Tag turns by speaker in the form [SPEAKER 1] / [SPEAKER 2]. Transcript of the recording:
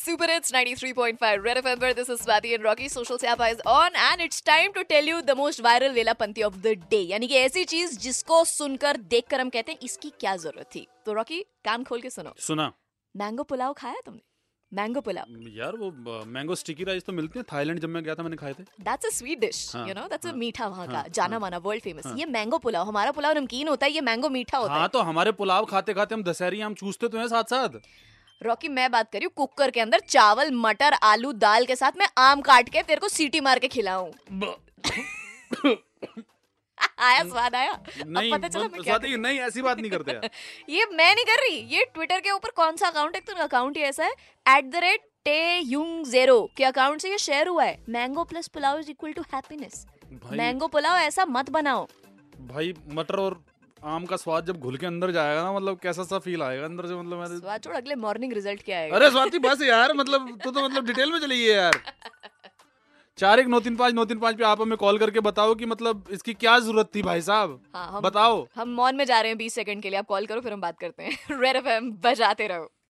[SPEAKER 1] Super Hits 93.5 Red FM where this is Swati and Rocky social Sapa is on and it's time to tell you the most viral Velapanti of the day यानी कि ऐसी चीज जिसको सुनकर देखकर हम कहते हैं इसकी क्या जरूरत थी तो रॉकी कान खोल के सुनो
[SPEAKER 2] सुना
[SPEAKER 1] मैंगो पुलाव खाया तुमने मैंगो पुलाव
[SPEAKER 2] यार वो मैंगो स्टिकी राइस तो मिलते हैं थाईलैंड जब मैं गया था मैंने खाए थे
[SPEAKER 1] दैट्स अ स्वीट डिश
[SPEAKER 2] हाँ,
[SPEAKER 1] यू नो दैट्स अ
[SPEAKER 2] हाँ,
[SPEAKER 1] मीठा वहाँ का
[SPEAKER 2] हाँ,
[SPEAKER 1] जाना
[SPEAKER 2] हाँ,
[SPEAKER 1] माना वर्ल्ड फेमस
[SPEAKER 2] हाँ।
[SPEAKER 1] ये मैंगो पुलाव हमारा पुलाव नमकीन होता है ये मैंगो मीठा होता
[SPEAKER 2] हाँ
[SPEAKER 1] है
[SPEAKER 2] तो हमारे पुलाव खाते खाते हम दशहरी आम चूसते तो हैं साथ साथ
[SPEAKER 1] रॉकी मैं बात करी हूँ कुकर के अंदर चावल मटर आलू दाल के साथ मैं आम काट के तेरे को सीटी मार के खिलाऊं आया स्वाद आया
[SPEAKER 2] नहीं
[SPEAKER 1] पता चला
[SPEAKER 2] बस-
[SPEAKER 1] मैं क्या
[SPEAKER 2] स्वाति नहीं ऐसी बात नहीं करते यार
[SPEAKER 1] ये मैं नहीं कर रही ये ट्विटर के ऊपर कौन सा अकाउंट है तो अकाउंट ही ऐसा है एट द रेट टे युंग जेरो के अकाउंट से ये शेयर हुआ है mango plus pulao is equal to happiness
[SPEAKER 2] भाई
[SPEAKER 1] मैंगो पुलाव ऐसा मत बनाओ
[SPEAKER 2] भाई मटर और आम का स्वाद जब घुल के अंदर जाएगा ना मतलब कैसा सा फील आएगा अंदर से मतलब मेरे
[SPEAKER 1] स्वाद छोड़ अगले मॉर्निंग रिजल्ट क्या आएगा
[SPEAKER 2] अरे स्वाति बस यार मतलब तू तो मतलब डिटेल में चली गई है यार चार एक नौ तीन पाँच नौ तीन पाँच पे आप हमें कॉल करके बताओ कि मतलब इसकी क्या जरूरत थी भाई साहब
[SPEAKER 1] हाँ हम
[SPEAKER 2] बताओ
[SPEAKER 1] हम मौन में जा रहे हैं बीस सेकंड के लिए आप कॉल करो फिर हम बात करते हैं रेड एफ बजाते रहो